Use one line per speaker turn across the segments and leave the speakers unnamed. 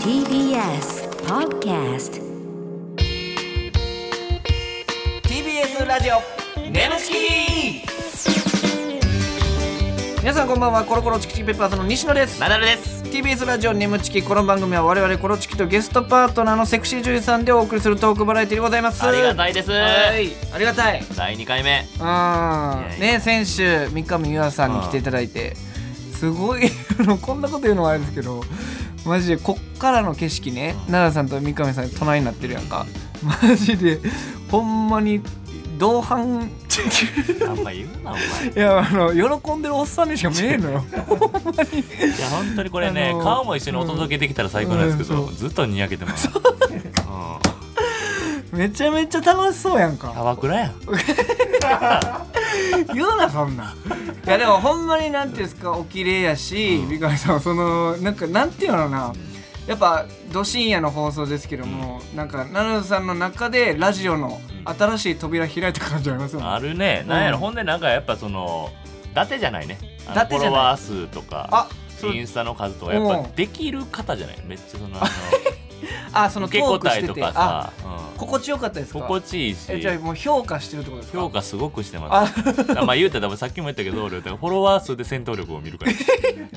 TBS Podcast
TBS ラジオネムチキ皆さんこんばんはコロコロチキチキペッパーズの西野です
ナダルです。
TBS ラジオネムチキこの番組は我々コロチキとゲストパートナーのセクシー女優さんでお送りするトークバラエティでございます
ありが
い
たいです。
はいありがたい
第二回目。
あ
いやいや
ね先週三上優愛さんに来ていただいてすごい あのこんなこと言うのはあれですけどマジでこっからの景色ね奈良さんと三上さん隣になってるやんかマジでほんまに同伴
あんま言うな、お前。い
いやあの喜んでるおっさんにしか見えんの よ
や、本当にこれね、
あのー
顔も一緒にお届けできたら最高なんですけど、
うん
ずっとにやけてます。うん
めちゃめちゃ楽しそうやんか
キャバクラやん。
言うなそんなんいやでもほんまになんていうんですかお綺麗やし三上さんはそのなんかなんていうのかなやっぱど深夜の放送ですけども、なんか奈良さんの中でラジオの新しい扉開いた感じありますよね
あるね、なんや
う
ろ、
ん
ほんで、なんかやっぱその、伊達じゃないね。あの
伊達じゃない
フォロワー数とか
あ。そう
インスタの数とかやっ
う
ぱ
ん
できる方じゃないめっちゃそのあ
あそ
の
の
受
ト
け
ーク
答
し
え
て
と
て
か
あ
さ、うん
心地よかったですか
心地いいし
えじゃあもう評価してるってことですか
評価すごくしてます。まあ言うたら多分さっきも言ったけど、俺は多分フォロワー数で戦闘力を 見るから。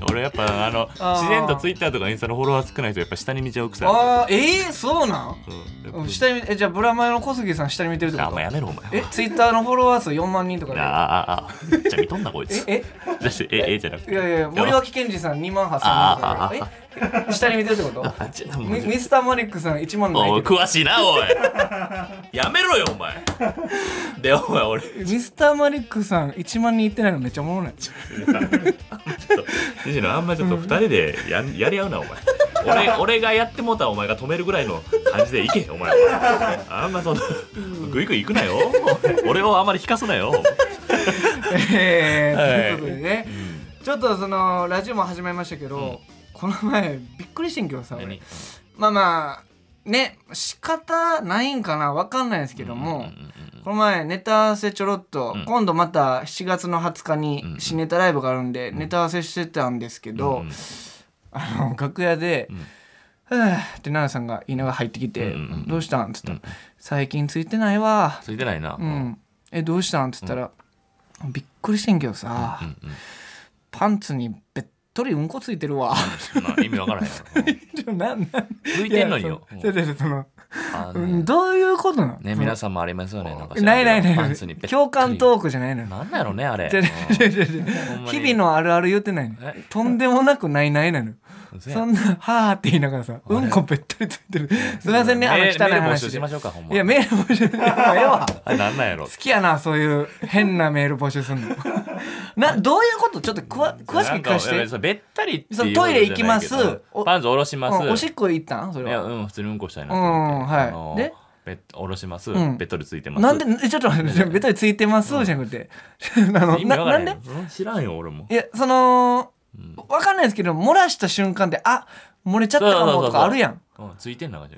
俺やっぱあの
あー
自然とツイッターとかインスタのフォロワー少ない人やっぱ下に見ちゃう癖あ
あーえー、そうなん
る。うん
うん下にえじゃあブラマヨの小杉さん下に見てるってこ
あ
と
んまやめろお前。
えツイッターのフォロワー数4万人とか
あ
で
あああめっちゃ見とんなこいつ。
え
だしええじゃなく
え
て。
いやいや森脇健児さん2万8000人とかでえ下に見てるって こと
あちょっともう
ミミスターマリックさん1万
おい
泣いてる
詳しいな おい。やめろよお前。でお前俺。
ミスターマリックさん1万人いってないのめっちゃおもろ ない
ちょっと西野あんまちょっと二人でややり合うなお前俺俺がやってもうたらお前が止めるぐらいの感じでいけお前あんまそんなグイグイ行くなよ俺をあんまり引かすなよ
えー
はい
ということでねちょっとそのラジオも始まりましたけど、
うん
この前びっくりしてんけどさ俺
何
まあまあね仕方ないんかなわかんないですけども、
うんうんうん
この前ネタ合わせちょろっと、
うん
今度また7月の20日に
うん
新ネタライブがあるんで、ネタ合わせしてたんですけど、
うんうん
あの楽屋で
う
「
ん
ふ、うって奈良さんが言いながら入ってきて「
うんうんうん
どうしたん?」っつったら、
うん
最近ついてないわ」
ついてないな、
う
うん
ん「えどうしたん?」っつったら、びっくりしてんけどさ、
うん
パンツにべっとりうんこついてるわ」
まあ意味わからへんよ
ちょ なんなん
ついてんのによ
いやそのちょちょその
あ
う
の
んどういうことなの
ね皆さんもありますよねなんか知ら
ないない
けど
な
パン
い
ツにべっとり
共感トークじゃないのよ
なんだろうねあれ
じゃじゃじゃじゃ
ほんまに
日々のあるある言ってないの
え
とんでもなくないないなの
うん嘘や
そんな「はーって言いながらさうんこべったりついてるすみませんねあの
メー
汚い
ル募
話
集
で
しましょうかほんま
いやメール募集してええわ
あなんなんやろ
好きやなそういう変なメール募集す んのなどういうことちょっとくわ詳しく聞かせ
なんかいや
て
それべったりっていう
そのトイレ行きます
ことじゃないけど
お
パンツ下ろします、
うんおしっこ行ったんそ
い
れ
や
は
うん普通にうんこしたいなと思
う
って、
んはい
あの
で
べ下ろします、
うん
ベッドについてます
なんでえちょっと待ってべたりついてますじゃなくて あの
意味
な
わか
な
らへ
ん
ん
で
うん知らんよ俺も
いやその
うん
わかんないですけど漏らした瞬間であ漏れちゃったかもとかある やん
うんついてんな感じ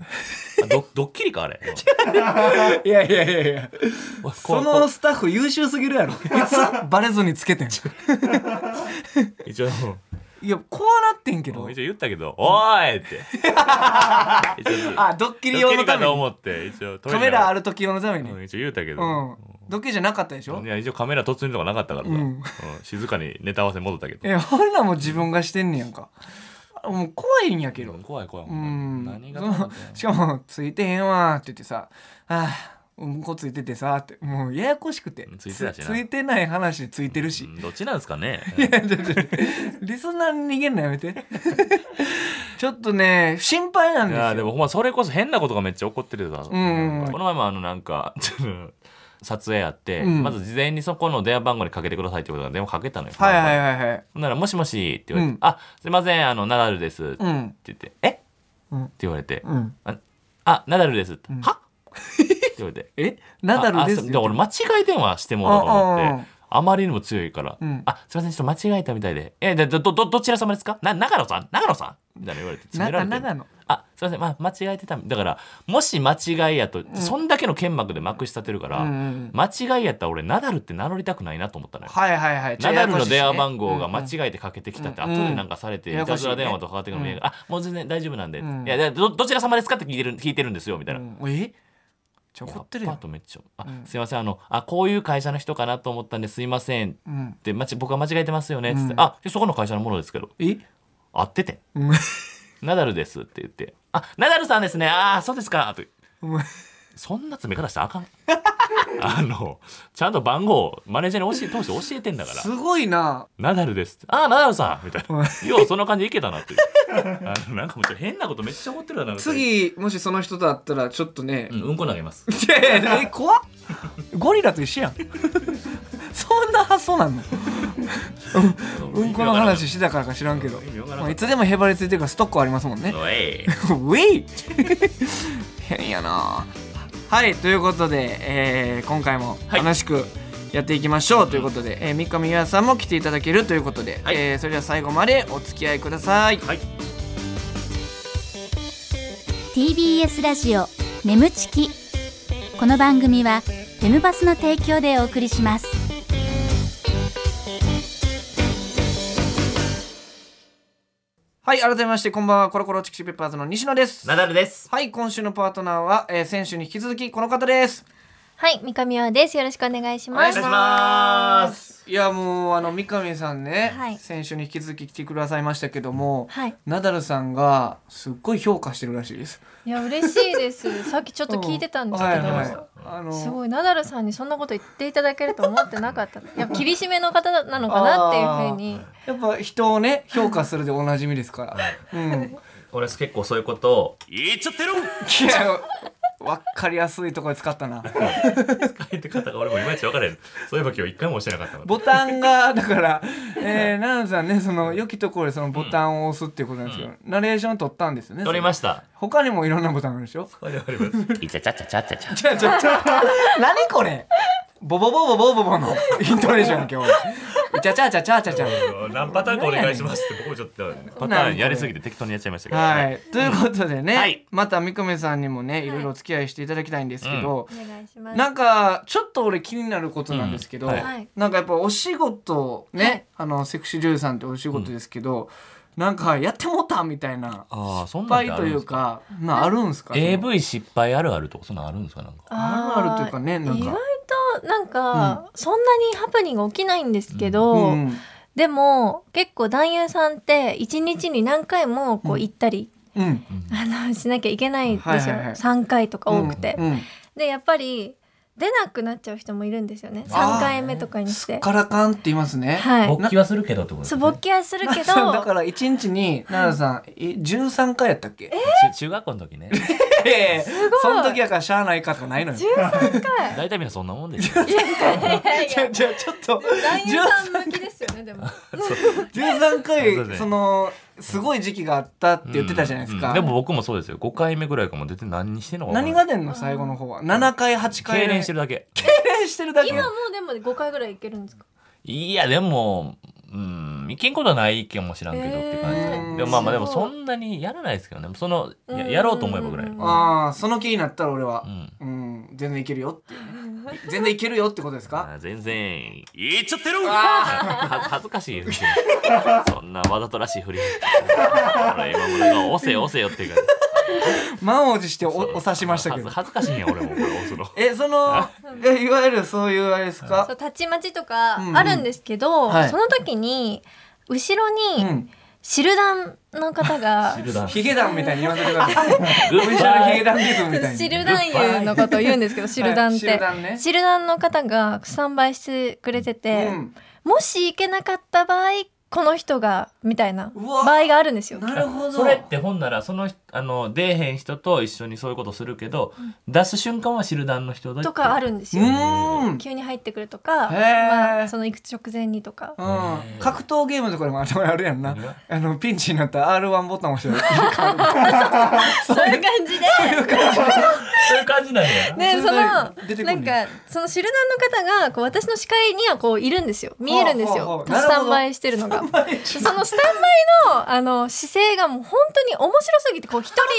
あど ドッキリかあれ
いやいやいやいや
うんこ
そ
こ
のスタッフ優秀すぎるやろいつ バレずにつけてんい
一応
やこうなってんけ
う
ど
ん一応言ったけど「おーい!」って 一応
あドッキリ用のた
か
め
と
に
思って一応
カメラあ
る
る時用のためにう
うんん一応言うたけど、
ドッキリじゃなかったでしょ
いや一応カメラ突入とかなかったからさ、
うん
うん静かにネタ合わせ戻ったけど
いや俺らも自分がしてんねやんかあもう怖いんやけど
うん怖い怖い、
う
ほん
ん
まに何が
そ
怖いんだよ
の しかも「ついてへんわ」って言ってさ「ああうんこついててさ」ってもうややこしくて
うんついてたしな
ついてない話ついてるし、
うんどっちなんですかね
リスナーに逃げるのやめて ちょっとね心配なん
い
ですよ
やでもほんまそれこそ変なことがめっちゃ起こってるさ、
うんうん
この前もあのなんか撮影やって、
うん
まず事前にそこの電話番号にかけてくださいってことが電話かけたのよ、
はいはいはいはい
ほんなら「もしもし」って言われ
うん
て「あすいませんあのナダルです」って
うん
言って「えっ?」って
うん
言われて「
うん
ああナダルです」って
ん
はって言われて
えナダルですって
ああそうで
言って
俺間違い電話してもらおうと思
うんうんう
っ
ん
てあまりにも強いから「
うん
あすいませんちょっと間違えたみたいでえでどどどどちら様ですかな長野さん長野さん」みたいな言われて詰めら
な
れて
長野
あすいません、まあ、間違えてただからもし間違いやと、そんだけの剣幕で幕下てるから、
うんうん
間違いやったら俺ナダルって名乗りたくないなと思ったのよ、
はいはいはい
ナダルの電話
号
番号が間違えてかけてきたって、
うんうん
後でなんかされて、
うん
いたずら電話とかかかってくるのに、
やや
あもう全然大丈夫なんで、
うん
いやいやどどちら様ですかって聞いてる聞いてるんですよみたいな、
うんえじゃ怒ってる
パ
よ
ッ、とめっちゃ「あ、
うん
すいませんあのあこういう会社の人かなと思ったんですいません」っ
うん、
てまち僕は間違えてますよね」っつって
う
「
ん
あそこの会社のものですけど
え
合ってて
うん
ナダルです」って言って「あナダルさんですねああそうですか」と
うん
そんな詰め方したらあかん あのちゃんと番号をマネージャーに教え通して教えてんだから
すごいな
ナダルですって。ああ、ナダルさんみたい
うん
な。よう、そんな感じでいけたなっていう。あのなんかもうちょっと変なことめっちゃ思ってるな。なんか、
次もしその人と会ったらちょっとね、
うん、うんこ投げます。
いやいやえ怖っゴリラと一緒やん そんな発想なんのうんこの話してたからか知らんけど
意味わからんかった
まあいつでもへばりついてるからストックはありますもんね
お い。
ウェイ変やなはいということで、えー今回も
はい
楽しくやっていきましょうということで、えー三上優愛さんも来ていただけるということで、
はい
えーそれでは最後までお付き合いください
はい。
TBS ラジオ眠ちきこの番組はテムバスの提供でお送りします
はい改めましてこんばんはコロコロチキシペッパーズの西野です
ナダルです。
はい今週のパートナーは、えー先週に引き続きこの方です
はい、三上和です。よろしくお願いし
お願
ま
い
す。
します。
いやもうあの三上さんね、
はい
先週に引き続き来てくださいましたけども、
はい、
ナダルさんがすっごい評価してるらしいです。
いや、嬉しい です。さっきちょっと聞いてたんですけど。
はいはいあの
すごいナダルさんにそんなこと言っていただけると思ってなかったやっぱ厳しめの方なのかなっていうふうに
やっぱ人をね評価するでおなじみですから。うん。
俺結構そういうことを言っちゃってる
いやわかりやすいところで使ったな。
書いて方が俺もいまいち分からへん。そういえば今日一回も押してなかったの。
ボタンがだから、えー、ナダルさんねその良きところでそのボタンを押すっていうことなんですけど、ナレーション取ったんですよね。
取りま
し
した。
他にもいろんなボタンあるでしょ。
取ります。いちゃちゃちゃちゃちゃちゃ。
ちょちょちょ何これ。ボボボボボボボのイントネーション今日。ちゃちゃちゃちゃちゃちゃ。
何パターンかお願いしますって僕もちょっとパターンやりすぎて適当にやっちゃいましたけど、
はい、ということでね、
はい
また三上さんにもねいろいろお付き合いしていただきたいんですけど、
お願いします。
なんかちょっと俺気になることなんですけど、
うんはい
はい
なんかやっぱお仕事ね、あのセクシー女優さんってお仕事ですけど、なんかやってもうたみたいな
ああそん
失
な
敗
んってあ
と
るん
い
で
う
すか
かなあるんすか
AV 失敗あるあるとかそんなんあるんですかなんか
あ
あ
ー
るあるというかねなんか
意外となんか、そんなにハプニング起きないんですけど、
うん
でも結構男優さんって一日に何回もこ
う
うん行ったり、
うん
あのしなきゃいけないでしょ、
はいはいはい
3回とか多くて、
うん
でやっぱり出なくなっちゃう人もいるんですよね
あー
3回目とかにし
すってからかんって言いますね、
はい
勃起はするけどってことです
そう
ね
勃起はするけど
そうだから一日に奈良さん、え13回やったっけ
ち中学校の時 ね
ええその時やからしゃあないかとかないのよ
13回
大体みんなそんなもんですよ
いやいやい
じゃあ
や
じゃ あちょっと
男優さん向きですよねでも
13
そうだ
回
ね
そのすごい時期があったって言ってたじゃないですか、
うんうんでも僕もそうですよ5回目ぐらいかも出て何してんのか
何が出んの最後の方は7回8回
痙攣して
る
るだけ
痙攣してるだけ
今もうでも5回ぐらいいけるんですか
いやでもうんいけんことはないかもしらんけどって感じ
え
で
ー
でもまあまあでも
すご
そ
い
んなにやらないですけどねそのや
うん
やろうと思えばぐらい
うん
ああその気になったら俺は
うん
うん、全然いけるよっていうね全然いけるよってことですか
あ全然言っちゃってる
あ
は恥ずかしいですね そんなわざとらしいふり俺今もなんか押せ押せよっていうか
満を持しておお刺しましたけど
恥ず恥ずかしいんや俺もこれ押すの
えそのえいわゆるそういうあれです
そ
か
うたちまちとか
うんうん
あるんですけど、
はい
その時に後ろ
う
に
ん
シルダンの 方が
シルダン
ヒゲダンみたいに言わせてください
グ
オリ
ッ
ジナルヒ
バ
ゲ
イ
ダンリズムみたいに
シルダン優のことを言うんですけどシルダンって、
はいシルダンね
シルダンの方がスタンバイしてくれてて、
うん
もし行けなかった場合この人がみたいな
うわ
場合があるんですよ。
なるほど
それってほんならその人あの出えへん人と一緒にそういうことするけど、出す瞬間はシルダンの人だ
とかあ
る
るんです
う
よ。
ーん
急に入ってくるとか、
へー
まあ、その行く直前にと か。
うん、格闘ゲームとかでもあれあるやんなあのピンチになったら R1 ボタン押してる
そういう感じで。
そういう感じなんや
ね、その、なん
出てくんね
か、そのシルダンの方が、こう、私の視界にはこう、いるんですよ。見えるんです
ほうほうほ
よ。
うなるほ
ス
ど
タンバイしてるのが。そのスタンバイのあの姿勢がもう本当に面白すぎてこう一人で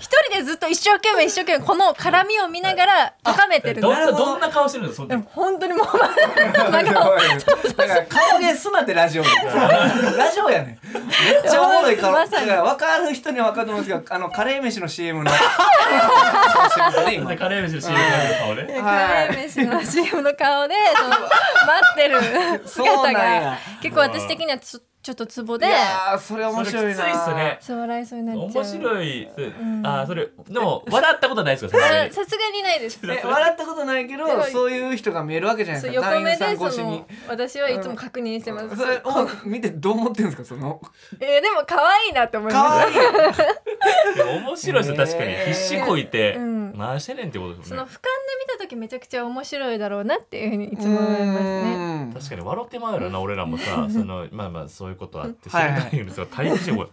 一人でずっと一生懸命一生懸命この絡みを見ながら高めてるん
どん
で
などんな顔してるんですかそ
で
の
も
時
本当にもう真顔
だから顔芸すなってラジオでラジオやねんめっちゃおもろい顔だ
まさ
か
に
ら分かる人には分かると思うんですけどあのカレー飯の CM の顔してますね今
カレー飯の CM の顔ね
カレー飯の CM の顔で その待ってる
そう
姿
なん
が
や
結構私的にはつちょっとツボで
いやーそれ面白いな
それきついっすね
そう笑いそうになっちゃう
面白い
ん
あーそれでも笑ったことはないですかさすが
あ
に
さすがにないです
え笑ったことないけど
でも
そういう人が見えるわけじゃない
そう
ですか
横目
団
で
員さん越
そ
しに
の私はいつも確認してます、
それを見てどう思ってるんですかそ の
えーでも可愛いなって思いま
可
す
愛いい
でも面白いですよ確かに
ねえ
必死こいて
うん
回してねんってことです
そ
もん
の
ね
俯瞰で見た時めちゃくちゃ面白いだろうなっていうふうにいつも思いますね
うん
確かに笑ってまうよな俺らも さそのまあまあそういうことあって知
はい
ら
はい
ないんですが大変しよ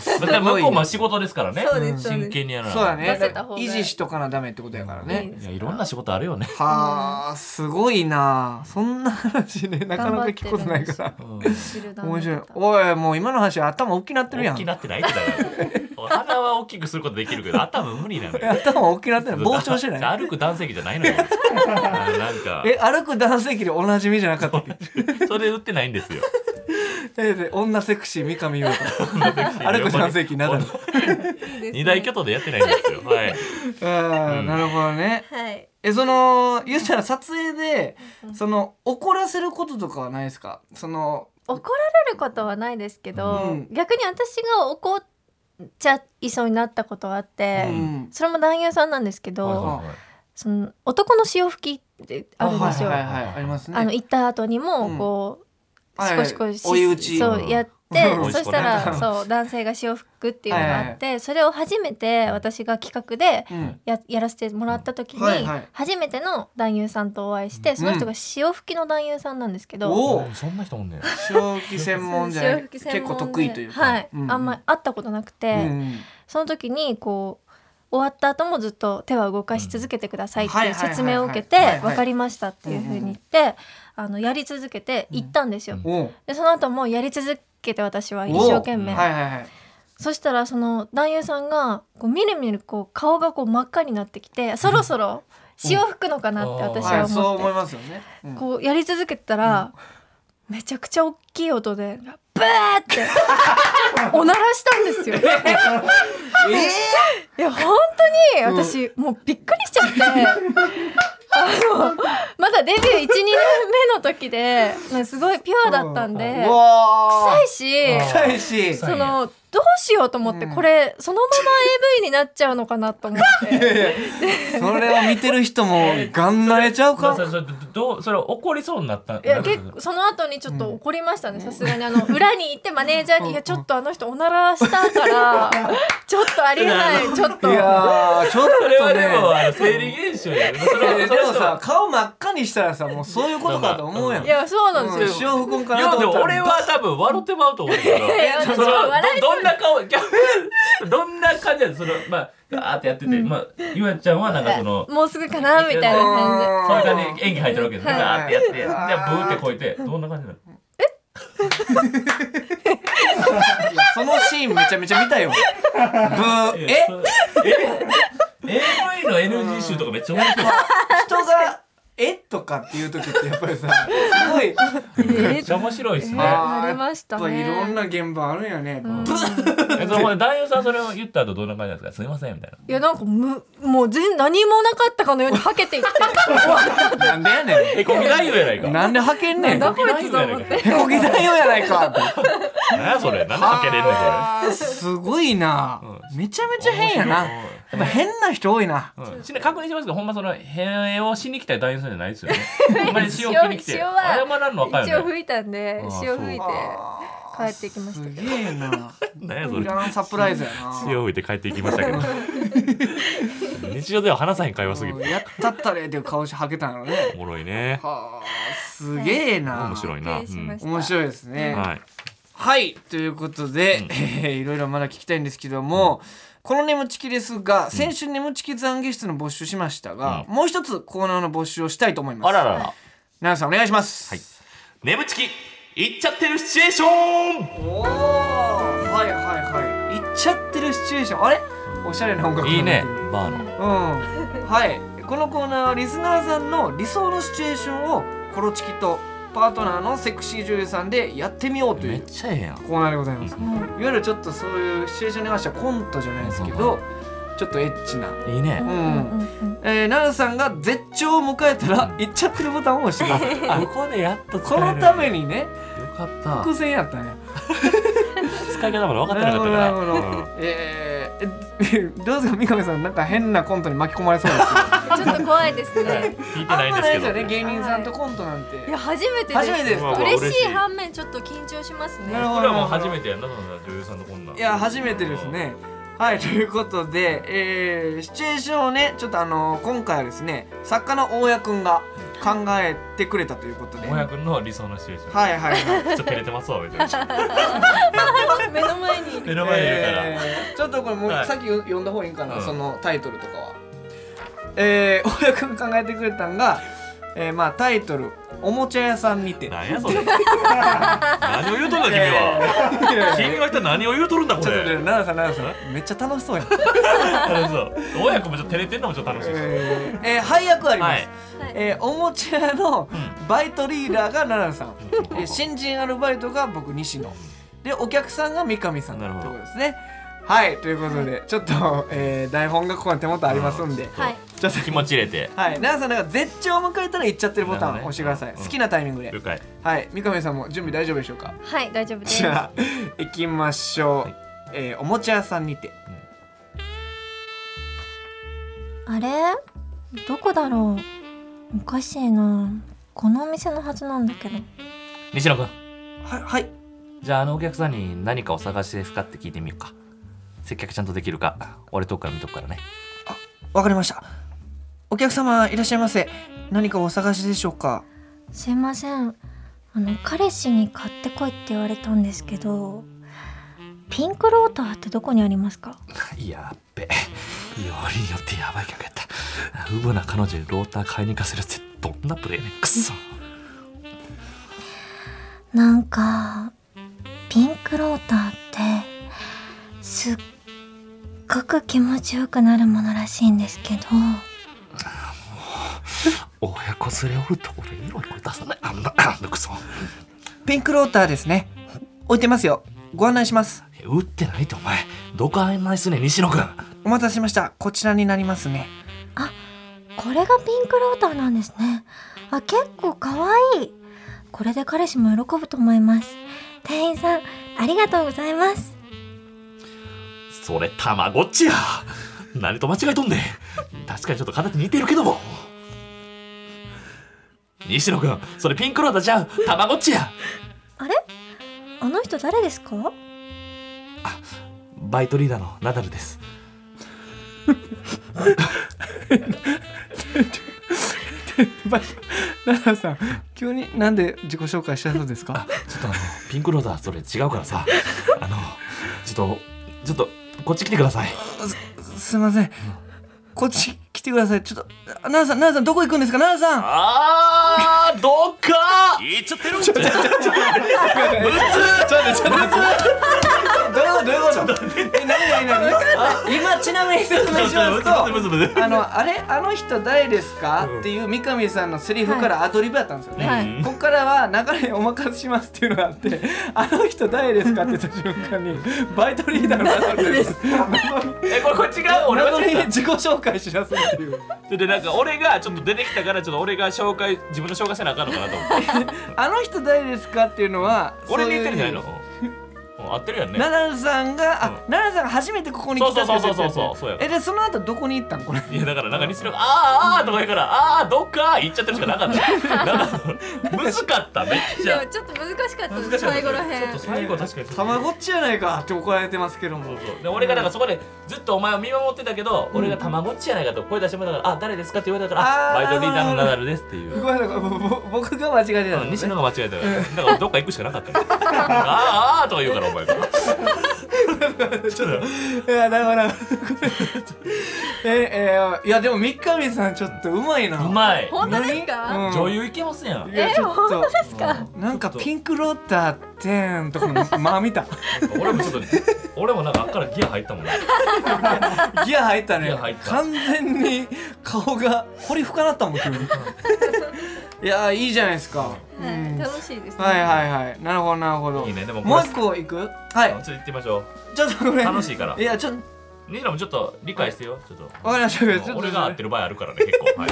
すごい
だから向こうも
よ
仕事ですからね
そうですそうです
真剣にやらない
そうだね
出せた方が
維持しとかなダメってことやからね
いやいろんな仕事あるよね
はあすごいなそんな話ねなかなか聞くことないから
うん
面白い
い
おいもう今の話頭大きなってるや
大き
ん
なってないってだから鼻は大きくすることできるけど頭無理なのよ
頭大きなってる膨張して ない
歩く男性器じゃ ないのよあなんか
え歩く男性器でおなじみじゃなかったっけ
それ売ってないんですよ
えで女セクシー三上優香 歩く男性器なだ
二大巨頭でやってないんですよ はい
ああなるほどね
はい
えその言ったら撮影でその怒らせることとかはないですかその
怒られることはないですけど、
うん
逆に私が怒っちゃいそうになったことがあって、
うん
それも男優さんなんですけど、
はいはいはい
その男の潮吹きってあるんですよ、
はいはいはいありますね
あの行った後にも
うん
こう、
はい
少しこうし
追い打ち
そううんやって、
うん
そしたら、
追い打ちね
そう男性が潮吹くっていうのがあって、それを初めて私が企画で
うん
ややらせてもらった時に、
はいはい
初めての男優さんとお会いして、その人が潮吹きの男優さんなんですけど、
お
おそんな人おんねん
正気専門じゃな
潮
い
吹き
結
専門
構
で
得意というか
はい、
う
あんまり会ったことなくて、
うん
その時にこう終わった後もずっと手は動かし続けてくださいっていう説明を受け
はいはいはいはいは
て
い
分かりましたっていうふうに言ってあのやり続けて行ったんですよ。
うん
おう
でその後もやり続けて私は一生懸命、
おうはいはいはい
そしたらその男優さんがこうみるみるこう顔がこう真っ赤になってきてそろそろ潮吹くのかなって私
は
はい
そう
思
思い
って
ますよねうん
こうやり続けてたら、めちゃくちゃ大きい音でブーっておならしたんですよ。いや本当に私、もうびっくりしちゃって あのまだデビュー12年目の時でまあすごいピュアだったんで
うわ
臭いし
あー
臭いし
臭
そのどうしようと思って、
うん
これそのまま AV になっちゃうのかなと 思って。
それを見てる人もがんなれちゃう
まあ
か
それそれどうそれ怒りそうになった
いや
なんか
結構その後にちょっと怒りましたねさすがにあの裏に行ってマネージャーに「いやちょっとあの人おならした からちょっとありえないちょっ
い
と」
やーちょっ
それは
と
で
ね
もあの生理現象やでもそれ
え
は
で
それは
もさ顔真っ赤にしたらさもうそういうことかと思うやん
いやそうなんですよ、
潮吹くんか
い
な
や
と
で
思った
も
ら
俺は多分笑ってまうと思う けど
や
その
ちょっと笑
どどんな顔いや どんな感じやでそのまあガーってやってて、まあゆあちゃんはなんかその
もうすぐかなみたいな感
それがね演技入ってるわけですね
はい
ガーってやってでブ
はい
ーってこいてどんな感じなの
いやそのシーンめちゃめちゃ見たよ。ブー
いや
え
それえ AV の NG 集とかめっちゃ面白い
人がえとかっていう時ってやっぱりさすごい
じで
めっちゃ面白いですね
あ
ー
なりましたね
やっぱいろんな現場あるんやね。ブー
えその男優さんそれを言った後どんな感じなんですかすいませんみたいない
やなんかむもう全何もなかったかのようにはけていって
なんでやね
えこれ男優やないか
ん。なんではけんねん。へ
な
こ
んだこいつと思って
きだよやないかって。
何やそれ何かけれんねんそれ
あーすごいな。めちゃめちゃ変やな。やっぱ変な人多いな。
うん、し確認しますけどほんまその変をしに来た男優さんじゃないですよねほんまに塩を切に来て
塩は
謝らんの分かる
一応
よね
吹いたんで
あー
塩吹いて
あ
帰ってきました
す
けど
げえな。
何やそ
い
れ
らんサプライズやな。
塩吹いて帰っていきましたけど日常では話さへん会話すぎ
うん
て
やったったれっていう顔してはけたのね。
おもろいね
はあ、すげえな。
面白いな、う
びっくりしま
ん
し、た
面白いですね。
はい
はいということで、えーいろいろまだ聞きたいんですけども、この「眠ちき」ですが先週「眠ちき懺悔室」の募集しましたが、
う
もう一つコーナーの募集をしたいと思います。
あららら
奈良さんお願いします。
はい眠ちき行っちゃってるシチュエーション
おおはいはいはい行っちゃってるシチュエーションあれおしゃれな音楽
いいね
になってる
バーの
うんはいこのコーナーはリスナーさんの理想のシチュエーションをコロチキとパートナーのセクシー女優さんでやってみようとい
め
う
っちゃええやん
コーナーでございます
うんうん
いわゆるちょっとそういうシチュエーションに関してはコントじゃないですけ
うんうん
どちょっとエッチない
いね
うんうん
えー、ナナさんが絶頂を迎えたら「行っちゃってる」ボタンを押してくだ さい
あここでやっと使
こ
える
のためにね
よかった
伏線やったね
使い方まで分かってなかった
なるほどなる
か
ほ
ら
どえーえ どうですか三上さんなんか変なコントに巻き込まれそうですけど
ちょっと怖いです
うんはい
ね。
聞いて
あ
ない
ん
ん
ま
で
ないです
すけど
よね芸人さんとコントなんて
いや初めてです。
初めてですか
まあまあ
嬉し
嬉し
い
い
反面ちょっと緊張しますね。
なるほど
これはもう初めてやんなそんな女優さんとこんなん
いや初めてですねはいということで、えーシチュエーションをねちょっとあのー今回はですね作家の大家くんが考えてくれたということで
も
は
や
い
くんの理想のシチュエーション
はいはい
ちょっと照れてますわめちゃめちゃ
目の前にいる。
目の前にいるから、
えーちょっとこれもう、
はい
さっき読んだ方がいいんかな、
うん
そのタイトルとかはえー、大家くん考えてくれたんが、えー、まあタイトル「おもちゃ屋さんにて」
なんやそれ 何を言うとんだ君は
えーい やいや
君は一体何を言うとるんだこ
ちょっとね
れ
奈々さん奈々さんめっちゃ楽しそうやん、
そう親子もちょっと照れてんのもちょっと楽しいし
えーえー配役あります、
はい
えーおもちゃ屋のバイトリーダーが奈々さん、えー新人アルバイトが僕西野でお客さんが三上さんと
ないるほ
う
ど
ことですねはいということでちょっと、えー台本がここに手元ありますんで、
はい。
ちょっと気持ち入れて
はい、奈々さんなんか絶頂を迎えたら行っちゃってるボタンを押してください、
なるほどねうん
好きなタイミングで、
了解
はい三上さんも準備大丈夫でしょうか
はい大丈夫です。
じゃあ行きましょう、
はい
えーおもちゃ屋さんにて
あれどこだろうおかしいなこのお店のはずなんだけど
西野君
はいはい
じゃああのお客さんに何かお探しですかって聞いてみようか接客ちゃんとできるか俺遠くから見とくからね
わかりましたお客様いらっしゃいませ何かお探しでしょうか
すいませんあの彼氏に買ってこいって言われたんですけどピンクローターってどこにありますか
やっべよりによってやばい客やったウブな彼女にローター買いに行かせるってどんなプレイねクソ
なんかピンクローターってすっごく気持ちよくなるものらしいんですけど
親子連れおると俺色にこれ出さないあんなあんなクソ
ピンクローターですね置いてますよご案内します
打ってないってお前どこ案内すね西野君
お待たせしましたこちらになりますね
これがピンクローターなんですねあ結構かわいいこれで彼氏も喜ぶと思います店員さんありがとうございます
それたまごっちや何と間違えとんねん確かにちょっと形似てるけども西野君それピンクローターじゃうたまごっちや
あの人誰ですか
バイトリーダーのナダルです
奈々さん急になんで自己紹介したそうですか
ちょっとあのピンクローターそれ違うからさあのちょっとちょっとこっち来てください
すいませんこっち来てくださいちょっとあ奈々さん奈々さんどこ行くんですか奈々さん
あーどっか言っちゃってるんちゃ
どういうことどういうことえ、なになになに今ちなみに説明しますとあの、あれあの人誰ですか
うん
っていう三上さんのセリフからアドリブやったんですよね、
はい
ここからは流れお任せしますっていうのがあってあの人誰ですかって言った瞬間にバイトリーダーの方です
えこれこれ違う俺
謎
は
に自己紹介しなさいっていう
でなんか俺がちょっと出てきたからちょっと俺が紹介自分の紹介せなあかんのかなと思って
あの人誰ですかっていうのは
俺に言ってるんじゃな
そ
い
う
の
う
うん合ってるやんね
ナダルさんが、あ
うん、
ナダルさんが初めてここに来たってやつ
そうそうそうそうそうそうや
え、で、その後どこに行ったんこれ
いやだからなんか西野が「あーあー」とか言うから「あーどっか」行っちゃってるしかなかったなんか むずかっためっち
で
ゃ
もちょっと難しかったで
難しか
す
った
最後らへん
ちょっと。最後確かに
たまごっちやないかって怒られてますけど
そ
も
うそうで俺がなんかそこでずっとお前を見守ってたけど、
うん
俺がたまごっちやないかと声出してもらったから「あ誰ですか?」って言われたか
あ
ら「あ
ー
バイトリーダーのナダルです」っていう
ご。めんなさいぼぼ僕が間違えてた
う
の
ん西
ね
野 が間違えたから、だからどっか行くしかなかったのあーあーとか言うからお前が
ちょっ といやだから ええーいやでも三上さんちょっとうまいな
うまい
本当ですか
うん
女優いけますやん
いやちょっと
です
なんかピンクローターテンとかもまあ 見た
俺もちょっと俺もなんかあっからギア入ったもんね
ギア入った
ギ
ね
ア入った
完全に顔が掘り深なったもん急にいやいいじゃないですか、うん
はい、楽しいですね。
はいはいはいなるほどなるほど
いいねでもこれ
もう一個いくは
ちょ
い
っと行ってみましょ
ちょっとこ
う
れ
楽しいから
いやちょっと
ニーラもちょっと理解してよちょっと
わかりましたちょっと
俺が合ってる場合あるからね 結構はい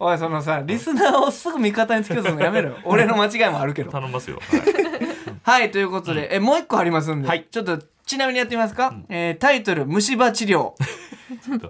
おいそのさリスナーをすぐ味方につけるのやめろよ俺の間違いもあるけど
頼みますよはい
はいということで、えもう一個ありますんで、
はい
ちょっとちなみにやってみますか、えータイトル「虫歯治療」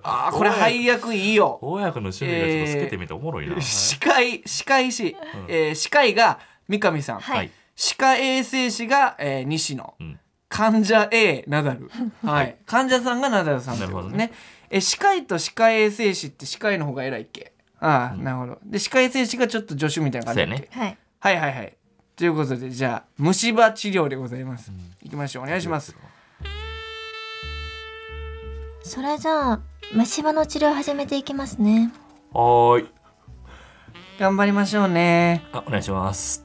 あーこれ配役いいよ
大家君の趣味がちょっと透けてみておもろいな、
歯科医歯科医師、えー歯科医が三上さん、
はいはい
歯科衛生士が、えー西野、
うん
患者 A ナダ ル、はい、患者さんがナダルさんってこ
なる
と
ほ
ね
ど
ね
ね
え歯科医と歯科衛生士って歯科医の方が偉いっけああ、なるほどで歯科衛生士がちょっと助手みたいな感じだっけ
そうやね
はい。
はいはいはいということでじゃあ虫歯治療でございます、いきましょうお願いします
それじゃあ虫歯の治療を始めていきますね
はーい
頑張りましょうね
あお願いします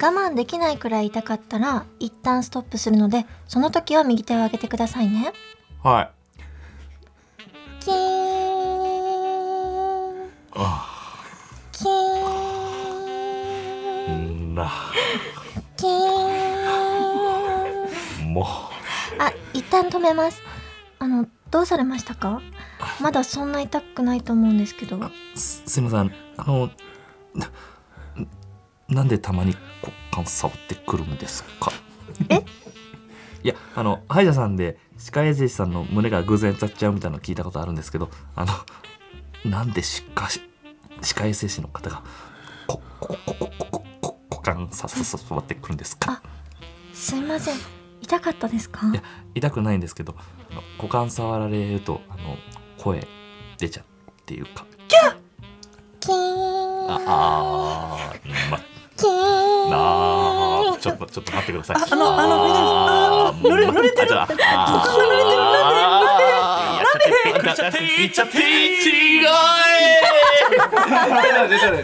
我慢できないくらい痛かったら一旦ストップするのでその時は右手を上げてくださいね
はい
キーン
あ
キー
ー
ン
んな
キーン
もう
あ一旦止めますあのどうされましたかまだそんな痛くないと思うんですけど
すすいませんあのななんでたまに股間触ってくるんですかえいやあの歯医者さんで歯科衛生士さんの胸が偶然当たっちゃうみたいなの聞いたことあるんですけどあのなんで歯科歯科衛生士の方がこここここここ股間さささ触ってくるんですか
すいません痛かったですか
いや痛くないんですけどあの股間触られるとあの声出ちゃうっていうか
キーン
ああー、ま
キーン
なあ、ちょっと、ちょっと待ってください。あ
のあの
あの、濡れ、濡れてる。あ、濡れてる。なんで、なんで、なんで。いっちゃっていい、違
二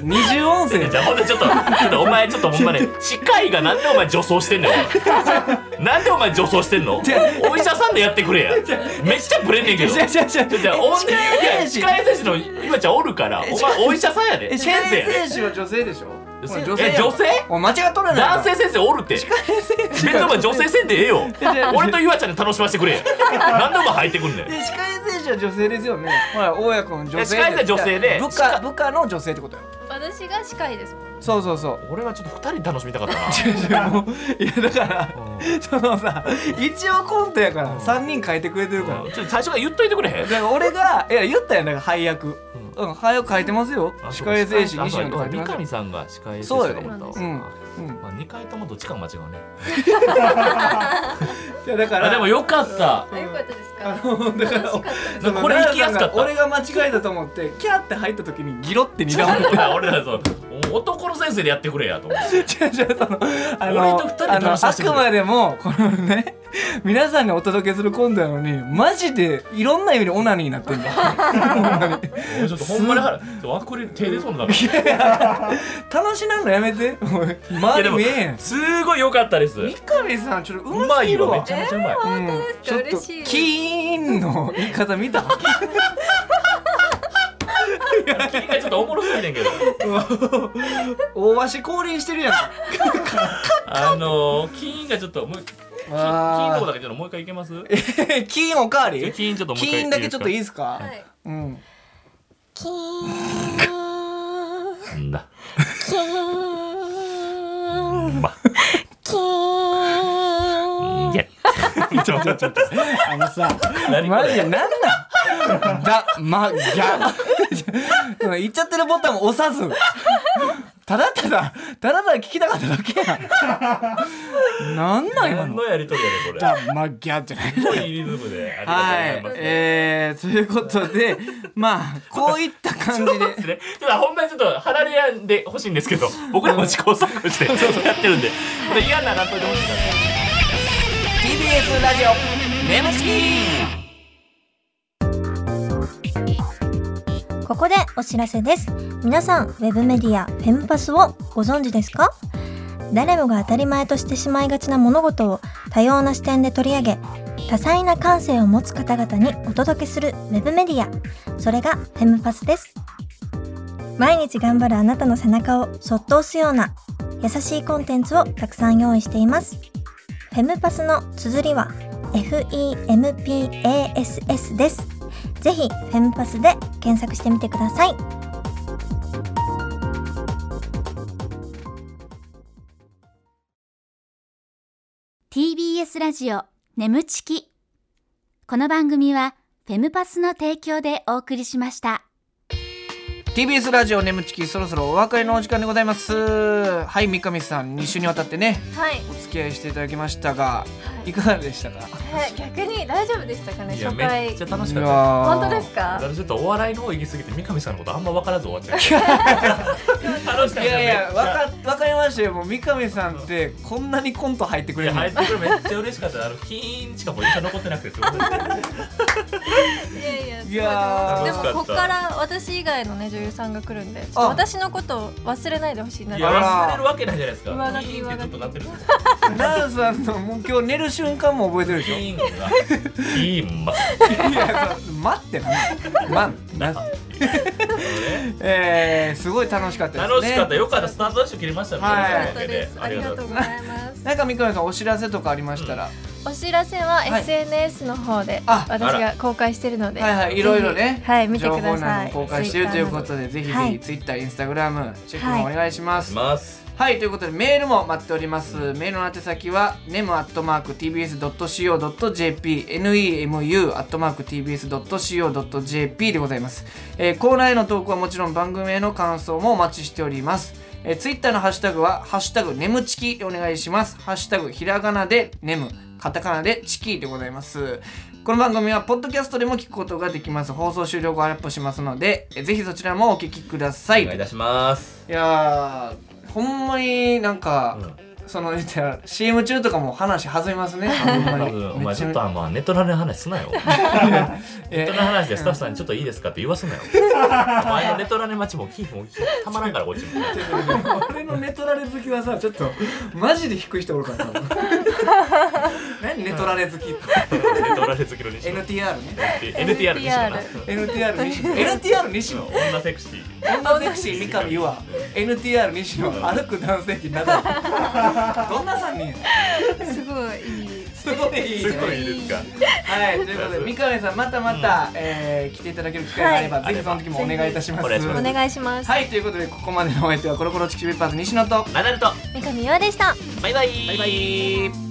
重音声
え。じゃあ、ほ んで、ちょっと、ちょっと、お前、ちょっと、ほんま ね、歯科医がなんでお前女装してんのよ。なんでお前女装してんの。お医者さんでやってくれや。めっちゃブレんねんけど。
違う違う違う
じゃあ、おんで、
衛生士
歯科衛生士の、今ちゃんおるから、お前、お医者さんやで。
え
先生やで。
生は女性でしょ
え、
おい
女
や
性。
おい間違っとるやないか
男性先生おるって別に お前女性せんでええよ 俺と岩ちゃんで楽しませてくれ何でお前入ってくんねん
で歯科衛生士は女性ですよねほら大家君女性
え歯科衛生は女性で
部下部下の女性ってことよ
私が司会ですもん。
そうそうそう
俺はちょっと二人楽しみたかった な
もう いやだからそのさ一応コントやから三人変えてくれてるから
ちょっと最初から言っといてくれへん
だから俺がいや言ったやんだから配役うん、配役変えてますよ
あ
歯
そう
科衛生士西野とか
あ
言って
三
ま
上
す
さんが司会衛生
そう
士
よ
だと思った
うん
わ
うん
まあ二回ともどっちか間違うね
いやだから
あでもよ かった
あ、よかったです
あ
か。
のだから
なんかこれ行きやすかった
俺が間違えたと思ってキャーって入った時にギロって睨まれ
俺ら俺らそう男の先生でやってくれやと思 って
違う違うそのあ
俺と二人で
あの
楽しま
あ
せてくれ
くまでもこのね皆さんにお届けするコントなのにマジでいろんな意味でオナニーになってんだよ ほんまに
ちょっとほんまに腹ちょわこれ手出そうになる
楽しなんのやめ てもう
いや
周
で
り
も
見えへん
すごい良かったですう
三上さんちょっとうます
ま
ぎ
い
る
よ
わ
めちゃめちゃうまい
本当ですか
うんちょっと
嬉しいです
キーンの言い方見た
君がちょっとおもろすぎて んけど
大橋降臨してるやん
あのー、金がちょっともう金金のとこだけちょっともう一回いけます？
け キーンおかわり
金ちょっともう一
キ
回
ーンだけちょっといいですか、
はい。
うん
キーン
い？んだ。
キーン
ま。
キーン
いや。ちょちょちょちょ。
あのさ
何こ
マジで
れ？
なんなんだ、ま、ギャ言っちゃってるボタンを押さずただただただただ聞きたかっただけやんなんなん今
何
の
のやりとりやねんこれ。
だ、ま、ギャじゃない
すごいいいリズムで
は
ありが
い
とうございます。
えー、ということでまあこういった感じで
ですね、ちょっとほんまにちょっと離れやんでほしいんですけど僕らも試行錯誤してやってるんでで嫌ならんといてほしいな
TBS ラジオネムチキ
ここでお知らせです。皆さん、ウェブメディア、フェムパスをご存知ですか誰もが当たり前としてしまいがちな物事を多様な視点で取り上げ、多彩な感性を持つ方々にお届けするウェブメディア。それがフェムパスです。毎日頑張るあなたの背中をそっと押すような優しいコンテンツをたくさん用意しています。フェムパスの綴りは FEMPASS です。ぜひフェムパスで検索してみてください
ー TBS ラジオ眠ちきこの番組はフェムパスの提供でお送りしました
ー TBS ラジオネムチキそろそろお別れのお時間でございますはい三上さん2週にわたってね
はい、
お付き合いしていただきましたがいかがでしたか
はい、逆に大丈夫でしたかね
いや
初
めっ
回
ちゃ楽し
いや
かっ
本
ー
当です
た
か
だからちょっとお笑いの方行き過ぎて三上さんのことあんま分からず終わっちゃった楽しかった
いやいやわかわかりましたよもう三上さんってこんなにコント入ってく
い
れ
や
る
入
の
ってくるめっちゃ嬉しかったあのキーンしかもう印象残ってなくてすごい
いやいやすごい
いやー
で
楽しか
も
った
こっから私以外のね女優さんが来るんでちょっと
あ
私のことを忘れないでほしいないと
や
あら
忘れるわけないじゃないですか
上書き
キーンってずっとなってるんですよ
奈良さんのもう今日寝る瞬間も覚えてるで
キ
しょい
ーンがキーンま
やそう待ってな待ってなえー、すごい楽しかったですね
楽しかったよかったスタートダッシュ切りましたね
はい
というわ
よかった
け
で
です
あ
あり
り
が
が
とうご
と
ざい
うご
ます
ざいます
なんか三上さんお知らせとかありましたら、
お知らせは
はい
SNS の方で
あ
私が公開してるので
はいはいいろいろね
ぜひはい見て
情
く
報
だ
な
さ
ど
い
公開しているというこ
Twitter
とでぜひぜ
は
ひ
い
Twitter、Instagram チェックもお願いします、はい
ます
ということでメールも待っております、メールの宛先は nemu.tbs.co.jp nemu.tbs.co.jp でございます、えーコーナーへの投稿はもちろん番組への感想もお待ちしておりますえー、ツイッターのハッシュタグは、ハッシュタグ、ネムチキでお願いします。ハッシュタグ、ひらがなで、ネム、カタカナで、チキでございます。この番組は、ポッドキャストでも聞くことができます。放送終了後、アップしますので、えーぜひそちらもお聞きください。
お願いいたします
いやーほんまになんか、その言ったら CM 中とかも話弾み ますねほん
多
ま
分お
に
前ちょっとあんまネットの話すなよネットの話でスタッフさんにちょっといいですかって言わすなよ。お前のネトラネ待ちも聞いもうたまらんからこっちも。
俺のネトラレ好きはさちょっとマジで低い人おるからな 何ネトラレ好きって
ネトラネ好きの西野。
NTR ね
NTR 西野な。
NTR 西 野 NTR 西野
女セクシー。
女セクシー三上優は NTR 西野歩く男性器 なだどんな3人や
すごいいい
すごいいい
すごいいいですか。
はい、ということで、三上さん、またまた、えー来ていただける機会があれば、ぜひその時もお願いいたします。
お願いします
お願いします
はい、ということで、ここまでのお相手は、コロコロチキチキペッパーズ西野と。
ナダルと
三上優愛でした
バイバイ。
バイバイ。